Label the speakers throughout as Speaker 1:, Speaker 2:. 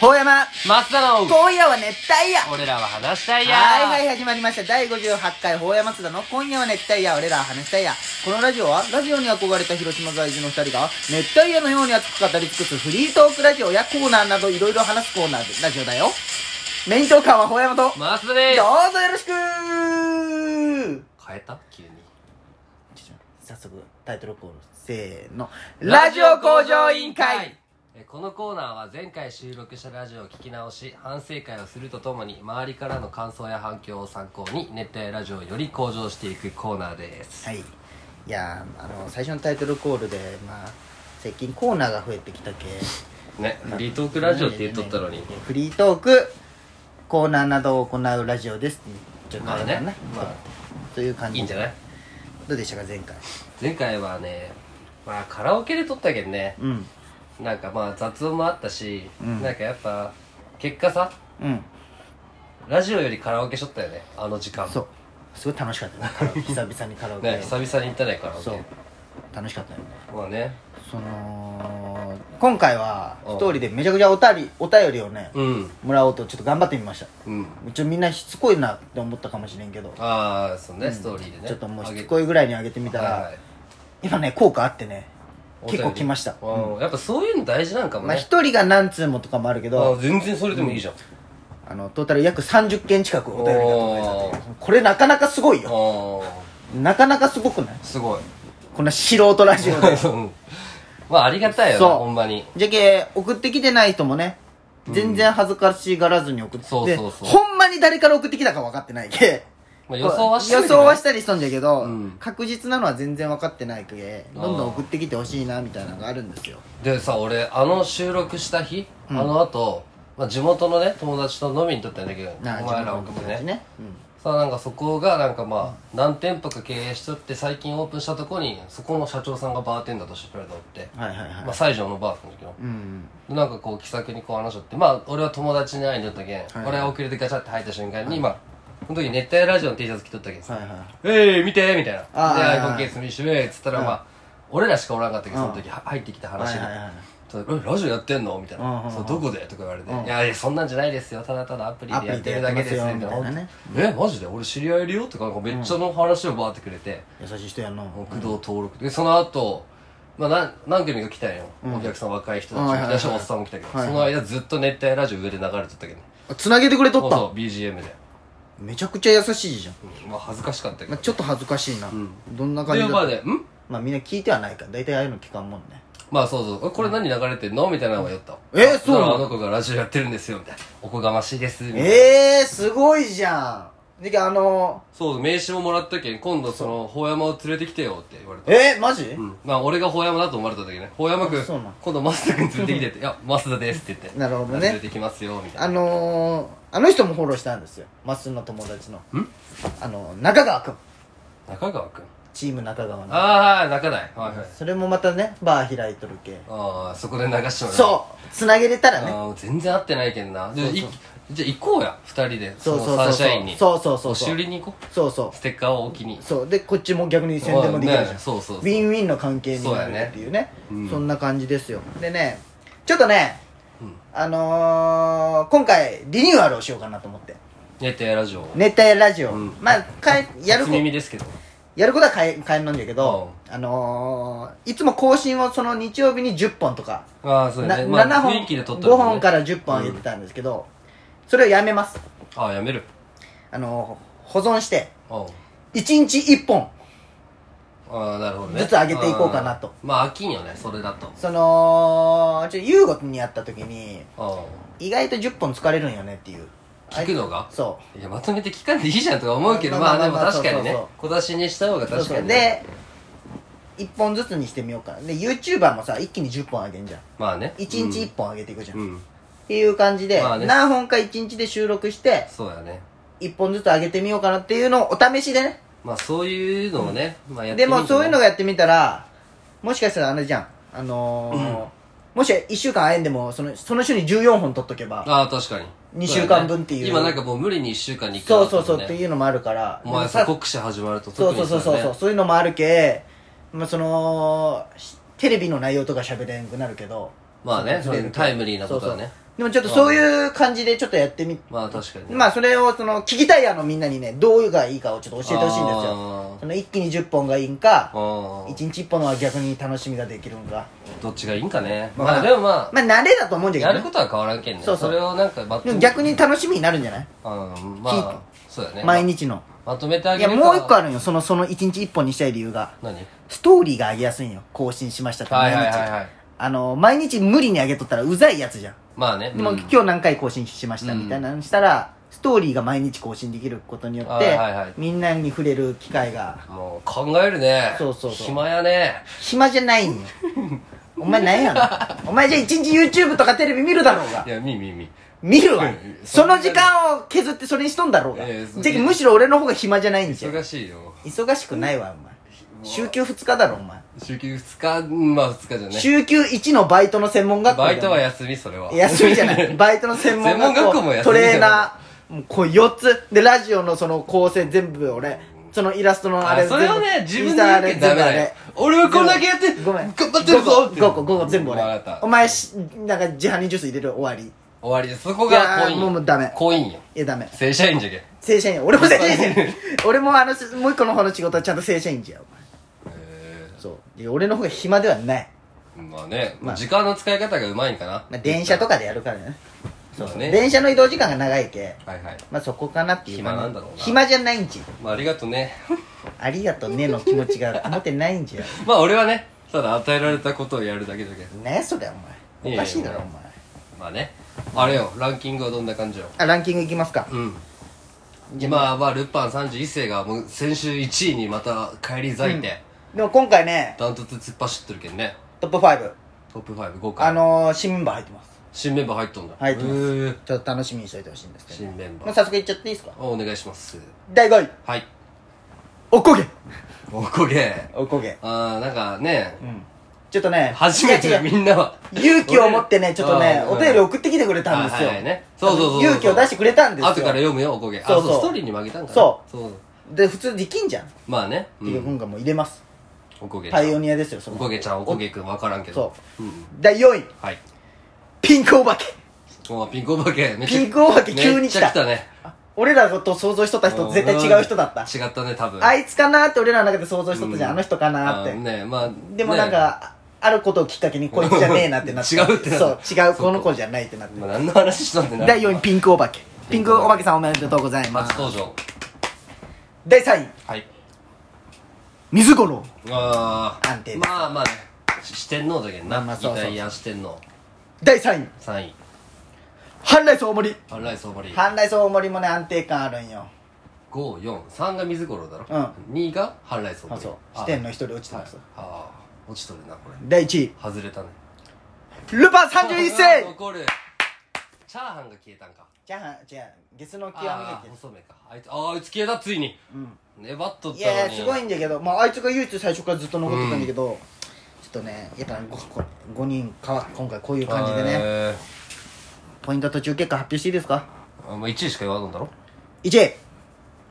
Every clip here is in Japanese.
Speaker 1: ほうやま
Speaker 2: 松田の
Speaker 1: 今夜は熱帯夜
Speaker 2: 俺らは話したいや
Speaker 1: はいはい始まりました第58回ほうや松田の今夜は熱帯夜俺らは話したいやこのラジオはラジオに憧れた広島在住の2人が熱帯夜のように熱く語り尽くすフリートークラジオやコーナーなどいろいろ話すコーナーでラジオだよメイントーカーはほうやまとどう
Speaker 2: 松田です
Speaker 1: ぞよろしく
Speaker 2: 変えた急に
Speaker 1: 早速タイトルコールせーのラジオ向上委員会
Speaker 2: えこのコーナーは前回収録したラジオを聞き直し反省会をするとともに周りからの感想や反響を参考に熱帯ラジオをより向上していくコーナーです
Speaker 1: はい、いやーあの最初のタイトルコールで、まあ、最近コーナーが増えてきたけ
Speaker 2: ねフリートークラジオって言っとったのに
Speaker 1: フリートークコーナーなどを行うラジオですちょっと
Speaker 2: まあ
Speaker 1: あれだな
Speaker 2: ねま
Speaker 1: という感
Speaker 2: あ
Speaker 1: じ
Speaker 2: いいんじゃない
Speaker 1: どうでしたか前回
Speaker 2: 前回はねまあカラオケで撮ったけどね
Speaker 1: うん
Speaker 2: なんかまあ雑音もあったし、
Speaker 1: うん
Speaker 2: なんかやっぱ結果さ
Speaker 1: うん
Speaker 2: ラジオよりカラオケしとったよねあの時間
Speaker 1: そうすごい楽しかったねカ ラオケ久々にカラオケ、
Speaker 2: ね久々に行ったねカラオケ
Speaker 1: そう楽しかったよね
Speaker 2: まあね
Speaker 1: その今回は
Speaker 2: うん
Speaker 1: 一人でめちゃくちゃおたりお便りをね、
Speaker 2: うん
Speaker 1: もらおうとちょっと頑張ってみました
Speaker 2: うん
Speaker 1: ちょみんなしつこいなって思ったかもしれんけど
Speaker 2: ああそうね、ストーリーでね
Speaker 1: ちょっともうしつ
Speaker 2: い
Speaker 1: こいぐらいに上げてみたら、今ね効果あってね結構来ました、
Speaker 2: やっぱそういうの大事なんかも
Speaker 1: まあ
Speaker 2: ね、
Speaker 1: 一人が何通もとかもあるけ
Speaker 2: あ
Speaker 1: ど、
Speaker 2: ー全然それでもいいじゃん、
Speaker 1: あのトータル約30件近くお便りが届いた
Speaker 2: お
Speaker 1: と
Speaker 2: ー
Speaker 1: これなかなかすごいよ
Speaker 2: あ
Speaker 1: なかなかすごくない
Speaker 2: あすごい
Speaker 1: こんな素人ラジオで
Speaker 2: うんまあありがたいよね
Speaker 1: そう
Speaker 2: ほんまに
Speaker 1: じゃけ送ってきてない人もね全然恥ずかしがらずに送って、
Speaker 2: そうそうそう
Speaker 1: ほんまに誰から送ってきたか分かってないけ
Speaker 2: まあ予想はしてるけど
Speaker 1: 予想はしたりしとんじゃけど、
Speaker 2: うん
Speaker 1: 確実なのは全然分かってないけどんどん送ってきてほしいなみたいなのがあるんですよ
Speaker 2: でさ俺あの収録した日、あの後、まあと地元のね友達と飲みにとったんだけどお
Speaker 1: なあ
Speaker 2: 前ら送って
Speaker 1: 自分の友達
Speaker 2: ねさあなんかそこがなんかまあ何店舗か経営しとって最近オープンしたとこにそこの社長さんがバーテンダーとしてくれたおって、
Speaker 1: うん、はいはいはい、
Speaker 2: まあ西条のバーなんだけど
Speaker 1: うん
Speaker 2: でなんかこう気さくにこう話しとってまあ俺は友達に会いに行ったけん、
Speaker 1: はい
Speaker 2: 俺は遅れてガチャって入った瞬間に、まあこの時熱帯ラジオの T シャツ着とったけんさ「
Speaker 1: はいはい
Speaker 2: えい、見て!」みたいな「
Speaker 1: あー
Speaker 2: で
Speaker 1: はい
Speaker 2: ア
Speaker 1: はい
Speaker 2: イコンケース見してえ」っつったらまあ、俺らしかおらんかったけどその時は入ってきた話に
Speaker 1: はいはいはい
Speaker 2: そうえラジオやってんの?」みたい
Speaker 1: うんうんう
Speaker 2: な「
Speaker 1: ん
Speaker 2: そうどこで?」とか言われて
Speaker 1: うん
Speaker 2: 「いやいやそんなんじゃないですよただただアプリ
Speaker 1: アプ
Speaker 2: でやっ
Speaker 1: リ
Speaker 2: て
Speaker 1: で
Speaker 2: るだけです」みた
Speaker 1: や
Speaker 2: い
Speaker 1: ってま
Speaker 2: な
Speaker 1: すよみたいなね
Speaker 2: 「えマジで俺知り合いいるよ?」とかなんかめっちゃの話をバーってくれて
Speaker 1: 優しい人やんの
Speaker 2: 工藤登録でその後まあ何何組か来たんよお客さん若い人たちも
Speaker 1: はいは
Speaker 2: 来
Speaker 1: いはい
Speaker 2: たしおっさんも来たけど
Speaker 1: はいはい
Speaker 2: その間ずっと熱帯ラジオ上で流れとったけどね
Speaker 1: つなげてくれと
Speaker 2: そ
Speaker 1: っ
Speaker 2: う
Speaker 1: た
Speaker 2: そう BGM で
Speaker 1: めちゃくちゃ優しいじゃん、
Speaker 2: うんまあ恥ずかしかったけ
Speaker 1: ま
Speaker 2: ど
Speaker 1: あ、ちょっと恥ずかしいな、
Speaker 2: ん
Speaker 1: どんな感じ
Speaker 2: で
Speaker 1: だ
Speaker 2: まあねん
Speaker 1: まあみんな聞いてはないから大体ああいうの聞かんもんね
Speaker 2: まあそうそうえこれ何流れてんのみたいなのが酔ったわ
Speaker 1: えそうなの
Speaker 2: だからあの子がラジオやってるんですよみたいなおこがましいですみたいな
Speaker 1: ええー、すごいじゃんであの
Speaker 2: そう、名刺ももらったけん、今度その、法山を連れてきてよって言われて。
Speaker 1: えー、マジ、
Speaker 2: うん。まあ、俺が法山だと思われたんだけどね。法山くん
Speaker 1: あそうなん、
Speaker 2: 今度増田くん連れてきてって。いや、増田ですって言って。
Speaker 1: なるほどね
Speaker 2: 連れてきますよ、みた
Speaker 1: あ
Speaker 2: いな。
Speaker 1: のー、あの人もフォローしたんですよマスの友達の
Speaker 2: ん
Speaker 1: あの中川君
Speaker 2: 中川くん。
Speaker 1: チーム中川の
Speaker 2: ああ、中台。はいはい。
Speaker 1: それもまたねバー開いとるけ
Speaker 2: ああ、そこで流してもら
Speaker 1: そうつなげれたら
Speaker 2: あ
Speaker 1: ね
Speaker 2: あー、全然会ってないけんな。じゃあ、
Speaker 1: そう
Speaker 2: い
Speaker 1: そう
Speaker 2: じゃあ行こうや、二人で。
Speaker 1: そうそう
Speaker 2: のサ
Speaker 1: そう
Speaker 2: ンシャインに。
Speaker 1: そうそうそう
Speaker 2: 押し
Speaker 1: そ
Speaker 2: 売
Speaker 1: う
Speaker 2: りに行こう。
Speaker 1: そうそう
Speaker 2: ステッカーを置きに。
Speaker 1: そうでこっちも逆に宣伝もできるじゃ
Speaker 2: うん
Speaker 1: ん
Speaker 2: ねそうそうそう
Speaker 1: ウィンウィンの関係になるっていうねそ
Speaker 2: そうだよねうん
Speaker 1: んな感じですよでねちょっとね、あのー、今回リニューアルをしようかなと思って
Speaker 2: 熱帯ラジオ。
Speaker 1: 熱帯ラジオ、
Speaker 2: うん
Speaker 1: まあかえやる
Speaker 2: 初
Speaker 1: こ
Speaker 2: 耳ですけど。
Speaker 1: やることは変え変えんのんだけど、あのー、いつも更新をその日曜日に10本とか、
Speaker 2: ああ、そう
Speaker 1: な
Speaker 2: だね。ま
Speaker 1: 7
Speaker 2: あ、
Speaker 1: 本
Speaker 2: 雰囲気で撮った。
Speaker 1: 5本からら10本入れてたんですけど、それをやめます
Speaker 2: ああ、やめる。
Speaker 1: あのー、保存して
Speaker 2: うん。
Speaker 1: 1日1本
Speaker 2: ああなるほどね
Speaker 1: ずつ上げていこうかなと
Speaker 2: あーまあ飽きんよねそれだと
Speaker 1: そのちょ優吾にやった時に
Speaker 2: あ
Speaker 1: 意外と10本疲れるんよねっていう
Speaker 2: 聞くのが
Speaker 1: そ
Speaker 2: いやまとめて聞かんでいいじゃんとか思うけど
Speaker 1: ま
Speaker 2: ま
Speaker 1: あ
Speaker 2: あ
Speaker 1: まあ
Speaker 2: で
Speaker 1: ま
Speaker 2: も
Speaker 1: あ
Speaker 2: 確かにね
Speaker 1: そうそう
Speaker 2: 小出しにした方が
Speaker 1: うそう
Speaker 2: 確
Speaker 1: そ
Speaker 2: か
Speaker 1: う
Speaker 2: にね
Speaker 1: で1本ずつにしてみようかなで YouTuber もさ一気に10本上げんじゃん
Speaker 2: まあね
Speaker 1: 1日1本上げていくじゃん、
Speaker 2: う
Speaker 1: っ
Speaker 2: ん
Speaker 1: ていう感じで、
Speaker 2: まあね
Speaker 1: 何本か1日で収録して
Speaker 2: そうやね
Speaker 1: 1本ずつ上げてみようかなっていうのをお試しでね
Speaker 2: まあそういうのをねまあやって
Speaker 1: で
Speaker 2: みてね
Speaker 1: もそういうのがやってみたらもしかしたらあれじゃんあのーもし1週間あえんでもそのその週に14本取っとけば
Speaker 2: ああ確かに
Speaker 1: 二週間分っていう
Speaker 2: そだね今なんかもう無理に1週間に1回
Speaker 1: そうそうそうって
Speaker 2: う
Speaker 1: いうのもあるから
Speaker 2: お前
Speaker 1: でもさ
Speaker 2: さ国試始まると
Speaker 1: そ
Speaker 2: 特
Speaker 1: うそ
Speaker 2: に
Speaker 1: うそうそうそう
Speaker 2: う
Speaker 1: そういうのもあるけまあそのしテレビの内容とか喋れんくなるけど
Speaker 2: まあね
Speaker 1: それ
Speaker 2: タイムリーなこと
Speaker 1: そ
Speaker 2: はね
Speaker 1: うそうでもちょっとそういう感じでちょっとやってみ、
Speaker 2: まあ確かにね
Speaker 1: まあそれをその、聞きたいあのみんなにね、どういうがいいかをちょっと教えてほしいんですよ。
Speaker 2: よ
Speaker 1: その一気に10本がいいんか、
Speaker 2: あ
Speaker 1: 1日1本は逆に楽しみができるんか。
Speaker 2: どっちがいいんかね
Speaker 1: まあ
Speaker 2: まあでもま
Speaker 1: まあ慣れだと思うん
Speaker 2: あ
Speaker 1: だけ
Speaker 2: や
Speaker 1: ど
Speaker 2: る
Speaker 1: ね
Speaker 2: こ。とは変わらんけんね
Speaker 1: そそ
Speaker 2: そう
Speaker 1: う
Speaker 2: れをなんかま
Speaker 1: で
Speaker 2: と
Speaker 1: も
Speaker 2: め
Speaker 1: 逆に楽しみになるんじゃない
Speaker 2: うんま
Speaker 1: 聞い
Speaker 2: あそうだね
Speaker 1: 毎日の。
Speaker 2: まとめてあ
Speaker 1: い
Speaker 2: げ
Speaker 1: や、
Speaker 2: る
Speaker 1: もう一個あるんよ。その、その1日1本にしたい理由が。
Speaker 2: 何
Speaker 1: ストーリーが上げやすいんよ。更新しましたって
Speaker 2: は
Speaker 1: 毎
Speaker 2: い
Speaker 1: 日。
Speaker 2: はいはいはい
Speaker 1: あの、毎日無理に上げとったらうざいやつじゃん。
Speaker 2: まあね
Speaker 1: でも、
Speaker 2: うん
Speaker 1: 今日何回更新しましたみたいなのしたら、ストーリーが毎日更新できることによっ
Speaker 2: はい
Speaker 1: て、
Speaker 2: はいはい
Speaker 1: みんなに触れる機会が、
Speaker 2: もう考えるね
Speaker 1: そうそうそう
Speaker 2: 暇やね
Speaker 1: 暇じゃないんよ。 お前何やのお前じゃあ一日 YouTube とかテレビ見るだろうが
Speaker 2: い。やみみみ
Speaker 1: 見るわ
Speaker 2: いやいや。
Speaker 1: その時間を削ってそれにしとんだろうが。
Speaker 2: いやいやそ
Speaker 1: じゃあむしろ俺の方が暇じゃないんじゃん。
Speaker 2: 忙しいよ
Speaker 1: 忙しくないわ、お前。週休2日だろ、お前。
Speaker 2: 週休2日まあ2日じゃね
Speaker 1: 週休1のバイトの専門学校だ
Speaker 2: バ
Speaker 1: よ
Speaker 2: イトは休みそれは
Speaker 1: 休みじゃ ないバイトの専門学校
Speaker 2: 専門学校も休みじゃない
Speaker 1: トレーナーもうこう4つでラジオのその構成全部俺そのイラストのあ
Speaker 2: あ
Speaker 1: れ
Speaker 2: それはね自分で言うけ
Speaker 1: 全部
Speaker 2: ん
Speaker 1: あ
Speaker 2: ダメだよ俺はこんだけやって
Speaker 1: ごめん
Speaker 2: 頑張ってるぞって
Speaker 1: 5個5個全部
Speaker 2: わかっ
Speaker 1: 俺
Speaker 2: た
Speaker 1: お前しなんか自販にジュース入れる終わり
Speaker 2: 終わりですそこがコイ
Speaker 1: いやーもうも
Speaker 2: ン
Speaker 1: うダメ
Speaker 2: コインよ
Speaker 1: いやダメ
Speaker 2: 正社員じゃけん
Speaker 1: 正社員俺も正 社員俺もあのもう一個の方の仕事はちゃんと正社員じゃんお前
Speaker 2: え
Speaker 1: そういや俺の方が暇ではない、
Speaker 2: ーまあね
Speaker 1: まあ
Speaker 2: 時間の使い方がうまいんかな
Speaker 1: まあ、電車とかでやるからね
Speaker 2: そうね
Speaker 1: 電車の移動時間が長いけ
Speaker 2: はいはい
Speaker 1: まあそこかなっていうかね
Speaker 2: 暇なんだろうな
Speaker 1: 暇じゃないんち
Speaker 2: まあありがとうね
Speaker 1: ありがとうねの気持ちがこもってないんじゃ
Speaker 2: まあ俺はねただ与えられたことをやるだけだけど
Speaker 1: 何やそれお前おかしいだろ
Speaker 2: い
Speaker 1: お
Speaker 2: やい
Speaker 1: 前
Speaker 2: まあねあれよランキングはどんな感じよ
Speaker 1: あランキングいきますか
Speaker 2: うん今はルパン31世がもう先週1位にまた返り咲いて
Speaker 1: でも今回ね
Speaker 2: ダントツ突っ走ってるけんね
Speaker 1: トップ5
Speaker 2: トップ55回
Speaker 1: あのー、新メンバー入ってます
Speaker 2: 新メンバー入っとんだ
Speaker 1: 入ってます
Speaker 2: へー
Speaker 1: ちょっと楽しみにしといてほしいんですけど
Speaker 2: 新メン
Speaker 1: も
Speaker 2: バ
Speaker 1: う
Speaker 2: ー
Speaker 1: 早速いっちゃっていいですか
Speaker 2: お願いします
Speaker 1: 第5位
Speaker 2: はい
Speaker 1: おこげ
Speaker 2: おこげ
Speaker 1: おこげ
Speaker 2: ああなんかね
Speaker 1: うんちょっとね
Speaker 2: 初め
Speaker 1: いや
Speaker 2: て
Speaker 1: 違う
Speaker 2: みんなは
Speaker 1: 勇気を持ってねちょっとね
Speaker 2: うん
Speaker 1: お便り送ってきてくれたんですよ
Speaker 2: はいはいねそうそうそうそう
Speaker 1: 勇気を出してくれたんですよ
Speaker 2: 後から読むよおこげあ
Speaker 1: そうそう
Speaker 2: ストーリーに負けたんかな
Speaker 1: そう
Speaker 2: そう
Speaker 1: で普通できんじゃんって
Speaker 2: まあねう
Speaker 1: いうん文がもう入れます
Speaker 2: おこげちゃ
Speaker 1: パイオ
Speaker 2: ん
Speaker 1: ニアですよそ
Speaker 2: お
Speaker 1: の
Speaker 2: こげちゃんおこげくん分からんけど
Speaker 1: そう
Speaker 2: うん
Speaker 1: 第4位
Speaker 2: はい
Speaker 1: ピンクお化け
Speaker 2: もうピンクお化けめっちゃ
Speaker 1: ピンクお化け急に来た
Speaker 2: めっちゃ来たね
Speaker 1: 俺らと想像しとった人絶対違う人だった
Speaker 2: うん違ったね多分
Speaker 1: あいつかなって俺らの中で想像しとったじゃん、
Speaker 2: うん
Speaker 1: あの人かなって、
Speaker 2: あねまあ
Speaker 1: でもなん
Speaker 2: ね
Speaker 1: か、あることをきっかけにこいつじゃねえなってなって
Speaker 2: 違うってなった
Speaker 1: そう違う
Speaker 2: そう
Speaker 1: この子じゃないってなって
Speaker 2: まあ何の話したんだよな
Speaker 1: 第4位ピンクお化けピンクお化けさんおめでとうございま
Speaker 2: 初
Speaker 1: す
Speaker 2: 登場
Speaker 1: 第3位
Speaker 2: はい
Speaker 1: 水五郎
Speaker 2: ああ
Speaker 1: 安定です
Speaker 2: まあまあねし四天王だけどな、
Speaker 1: まあまあ
Speaker 2: イ
Speaker 1: そうそう
Speaker 2: タリア四天王
Speaker 1: 第3位
Speaker 2: 3位
Speaker 1: 半来荘大盛り
Speaker 2: アンライス大盛り
Speaker 1: 半来荘大盛りもね安定感あるんよ
Speaker 2: 543が水五郎だろ、
Speaker 1: う
Speaker 2: 2が半来総
Speaker 1: あ
Speaker 2: 盛り
Speaker 1: そう四天の一人落ちて
Speaker 2: はい
Speaker 1: ます、
Speaker 2: ああ落ちとるなこれ
Speaker 1: 第1位
Speaker 2: 外れたね
Speaker 1: ルパン31
Speaker 2: あー
Speaker 1: 世
Speaker 2: 残るチャーハンが消えたんか
Speaker 1: じゃあじゃあゲスの極みだ
Speaker 2: ああ
Speaker 1: けど
Speaker 2: 細めかあいつあーあいつ消えたついに
Speaker 1: うん
Speaker 2: 粘っとっ
Speaker 1: い
Speaker 2: たのに
Speaker 1: やいやすごいんだけど、まあ、あいつが唯一最初からずっと残ってたんだけど、ちょっとねやっぱ 5, 人か今回こういう感じでね
Speaker 2: え
Speaker 1: ポイント途中結果発表していいですか
Speaker 2: ーあまあ1位しか言わんのだろ
Speaker 1: 1位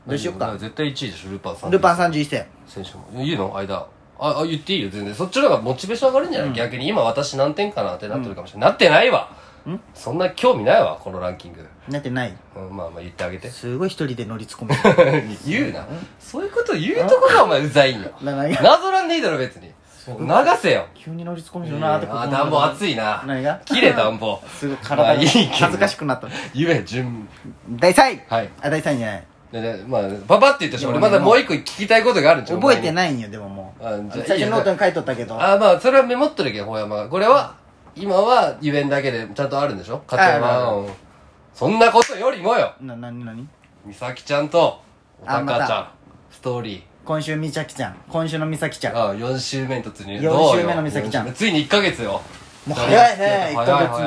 Speaker 1: どうしよう
Speaker 2: だ
Speaker 1: から
Speaker 2: 絶対1位でしょルパンさん
Speaker 1: ルパン31世
Speaker 2: 選手もいいの間ああ言っていいよ全然そっちの方がモチベーション上がるんじゃない、逆に今私何点かなってなってるかもしれない、なってないわそんな興味ないわこのランキング、
Speaker 1: なんてない
Speaker 2: うん、まあまあ言って あげて
Speaker 1: すごい一人で乗りつ込む
Speaker 2: 言うなそういうこと言うとこがお前うざいんよ
Speaker 1: なな
Speaker 2: なぞらんでいいだろ別に流せよ
Speaker 1: 急に乗りつ込む
Speaker 2: あ
Speaker 1: よなってこと
Speaker 2: ー暖房暑いな
Speaker 1: 何が
Speaker 2: 切 れ暖房
Speaker 1: すごい
Speaker 2: まあ
Speaker 1: 体
Speaker 2: い
Speaker 1: が
Speaker 2: いけど
Speaker 1: 恥ずかしくなった
Speaker 2: 言え順
Speaker 1: 第3位
Speaker 2: はい
Speaker 1: あ第3位じゃない
Speaker 2: でねまあパパって言ったし俺まだもう一個聞きたいことがあるんじゃん
Speaker 1: 覚えて
Speaker 2: い
Speaker 1: ないんよでももう
Speaker 2: あじゃあ
Speaker 1: 最
Speaker 2: い
Speaker 1: 初
Speaker 2: いよ
Speaker 1: ノートに書いとったけど
Speaker 2: あまあそれはメモっとるけどほ山がこれは今はゆえんだけでちゃんとあるんでしょ勝山
Speaker 1: あ
Speaker 2: はそんなことよりもよ
Speaker 1: ななになに
Speaker 2: 美咲ちゃんとおた
Speaker 1: あま
Speaker 2: かちゃん
Speaker 1: た
Speaker 2: ストーリ
Speaker 1: 今週みさきちゃん今週のみさきちゃん
Speaker 2: ーあ4週目に突入
Speaker 1: 四
Speaker 2: どうよ
Speaker 1: 週目の美咲ちゃん
Speaker 2: 四週目ついに1ヶ月よ
Speaker 1: もう早いね
Speaker 2: 早
Speaker 1: 1
Speaker 2: い
Speaker 1: ヶ
Speaker 2: 早い早
Speaker 1: 月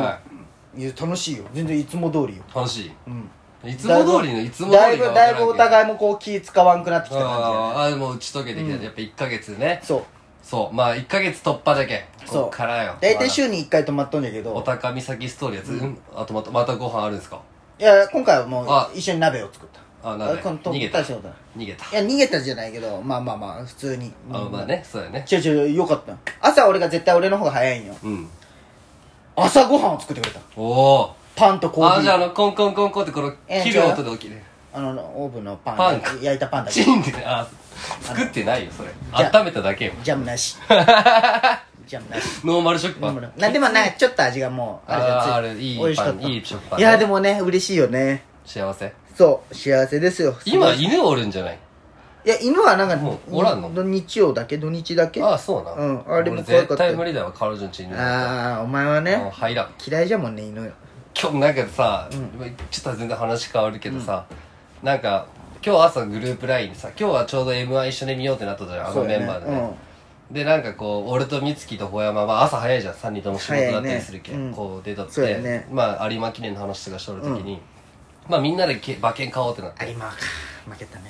Speaker 1: もいや楽しいよ全然いつも通りよ
Speaker 2: 楽し
Speaker 1: うん
Speaker 2: いいつも通りのいつも通り
Speaker 1: だいぶだいぶお
Speaker 2: い
Speaker 1: 互いもこう気使わんくなってきた感
Speaker 2: あーあーもう打ち解けてきた、やっぱ1ヶ月ね
Speaker 1: じそう
Speaker 2: そうまあ1ヶ月突破だけ
Speaker 1: そう
Speaker 2: こっからよ
Speaker 1: 大体週に1回泊まっとんだけ
Speaker 2: お
Speaker 1: ど
Speaker 2: たか美咲ストーリーやつ、うん、あとまたまたご飯あるんですか
Speaker 1: いや今回はも
Speaker 2: あ
Speaker 1: う一緒に鍋を作った
Speaker 2: あ鍋
Speaker 1: この
Speaker 2: 逃
Speaker 1: 取
Speaker 2: げ
Speaker 1: ったた仕事だ
Speaker 2: 逃げた
Speaker 1: いや逃げたじゃないけどまあまあまあ普通に
Speaker 2: あまあねそうだよね
Speaker 1: 違う違うよかった朝俺が絶対俺の方が早いんよ
Speaker 2: うん
Speaker 1: 朝ごはんを作ってくれた
Speaker 2: おお
Speaker 1: パンとコーヒー
Speaker 2: あじゃああのコンコンコンコンってこの
Speaker 1: え
Speaker 2: 切る音で起きる
Speaker 1: あのオーブンのパン
Speaker 2: パン
Speaker 1: 焼いたパンだ け
Speaker 2: チンってあ作ってないよそれ
Speaker 1: じゃ
Speaker 2: 温めただけよ
Speaker 1: ジャムな しジャムなし
Speaker 2: ノーマル食パ
Speaker 1: な
Speaker 2: ン
Speaker 1: んでもねちょっと味がもうあれじゃんつ
Speaker 2: あーあれいい
Speaker 1: 美味しかった
Speaker 2: パンいい食パン
Speaker 1: いやでもね嬉しいよね
Speaker 2: 幸せ
Speaker 1: そう幸せですよ
Speaker 2: 今
Speaker 1: すごい
Speaker 2: 犬おるんじゃない
Speaker 1: いや犬はなんか
Speaker 2: もうおらんの
Speaker 1: 土日曜だけ土日だけ
Speaker 2: あ
Speaker 1: あ
Speaker 2: あそうな
Speaker 1: うんあれも可愛か
Speaker 2: 俺絶
Speaker 1: ったよ
Speaker 2: 対無理だわ彼女んち犬
Speaker 1: あーお前は
Speaker 2: もう
Speaker 1: ね
Speaker 2: 入らん
Speaker 1: 嫌いじゃもんね犬よ
Speaker 2: 今日なんかさ、ちょっと全然話変わるけどさ、なんか今日朝グループ LINE でさ今日はちょうど m 1一緒に見ようってなったじゃんあ
Speaker 1: そ
Speaker 2: の
Speaker 1: うだよ
Speaker 2: メンバーでねでなんかこう俺と美月と小山は朝早いじゃん3人とも仕事だったりするけ、
Speaker 1: 早いねうん
Speaker 2: こう出たって
Speaker 1: そうだよね
Speaker 2: まあ有馬記念の話とかしとる時に、まあみんなでけ馬券買おうってな って
Speaker 1: うん有馬か負けたね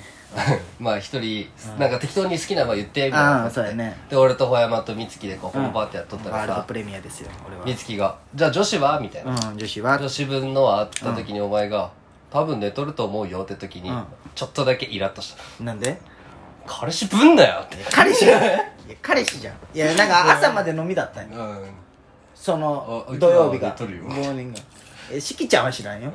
Speaker 2: まあ一人、なんか適当に好きなの言ってみたいな
Speaker 1: ああそうやね
Speaker 2: で俺と小山と美月でこうポンパってやっとった
Speaker 1: ワー
Speaker 2: ら
Speaker 1: ルド
Speaker 2: さ、
Speaker 1: プレミアですよ俺は
Speaker 2: 美月が「じゃあ女子は?」みたいな、
Speaker 1: うん女子は
Speaker 2: 女子分のはあった時にお前が「多分寝とると思うよ」って時に、
Speaker 1: うん
Speaker 2: ちょっとだけイラッとした
Speaker 1: なんで
Speaker 2: 「彼氏ぶんなよ」って
Speaker 1: 彼氏じゃ んいや彼氏じゃんいやなんか朝まで飲みだったんよ
Speaker 2: うん
Speaker 1: その
Speaker 2: あ
Speaker 1: 土曜日が
Speaker 2: うちらは寝とる
Speaker 1: モーニングえしきちゃんは知らんよ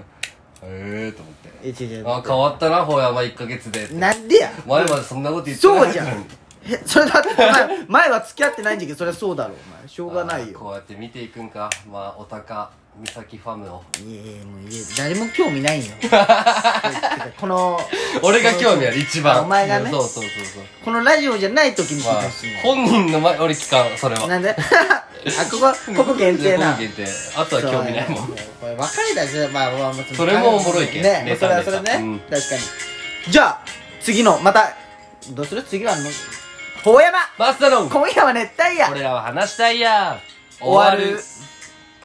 Speaker 2: ええと思って
Speaker 1: え違う違う
Speaker 2: あ変わったなほやま1ヶ月でって
Speaker 1: なんでや
Speaker 2: 前までそんなこと言ってな
Speaker 1: そ
Speaker 2: か
Speaker 1: う
Speaker 2: っ
Speaker 1: じ
Speaker 2: た
Speaker 1: ゃ
Speaker 2: のに
Speaker 1: んえそれだって前前は付き合ってないんじゃけどそれはそうだろうお前しょうがない
Speaker 2: あー
Speaker 1: よ
Speaker 2: こうやって見ていくんかまあおたかみさきファムを
Speaker 1: いやいやもういや誰も興味ないんよてかこの
Speaker 2: 俺が興味ある一番
Speaker 1: あお前がね
Speaker 2: そうそうそうそう
Speaker 1: このラジオじゃない時に聞いて
Speaker 2: まあ
Speaker 1: ほしいの
Speaker 2: 本人の前俺聞かんそれは
Speaker 1: なんで あここここ限定な
Speaker 2: 本人限定あとは興味ないもん
Speaker 1: そうこれ別れだしまあまあまあ
Speaker 2: それもおもろいけん
Speaker 1: ねまあ
Speaker 2: ネ
Speaker 1: それ
Speaker 2: タ
Speaker 1: はそれね、
Speaker 2: ネ
Speaker 1: 確かにじゃあ次のまたどうする次はのほうやま
Speaker 2: マスターの
Speaker 1: 今夜は熱帯夜
Speaker 2: 俺らは話したいや
Speaker 1: 終わる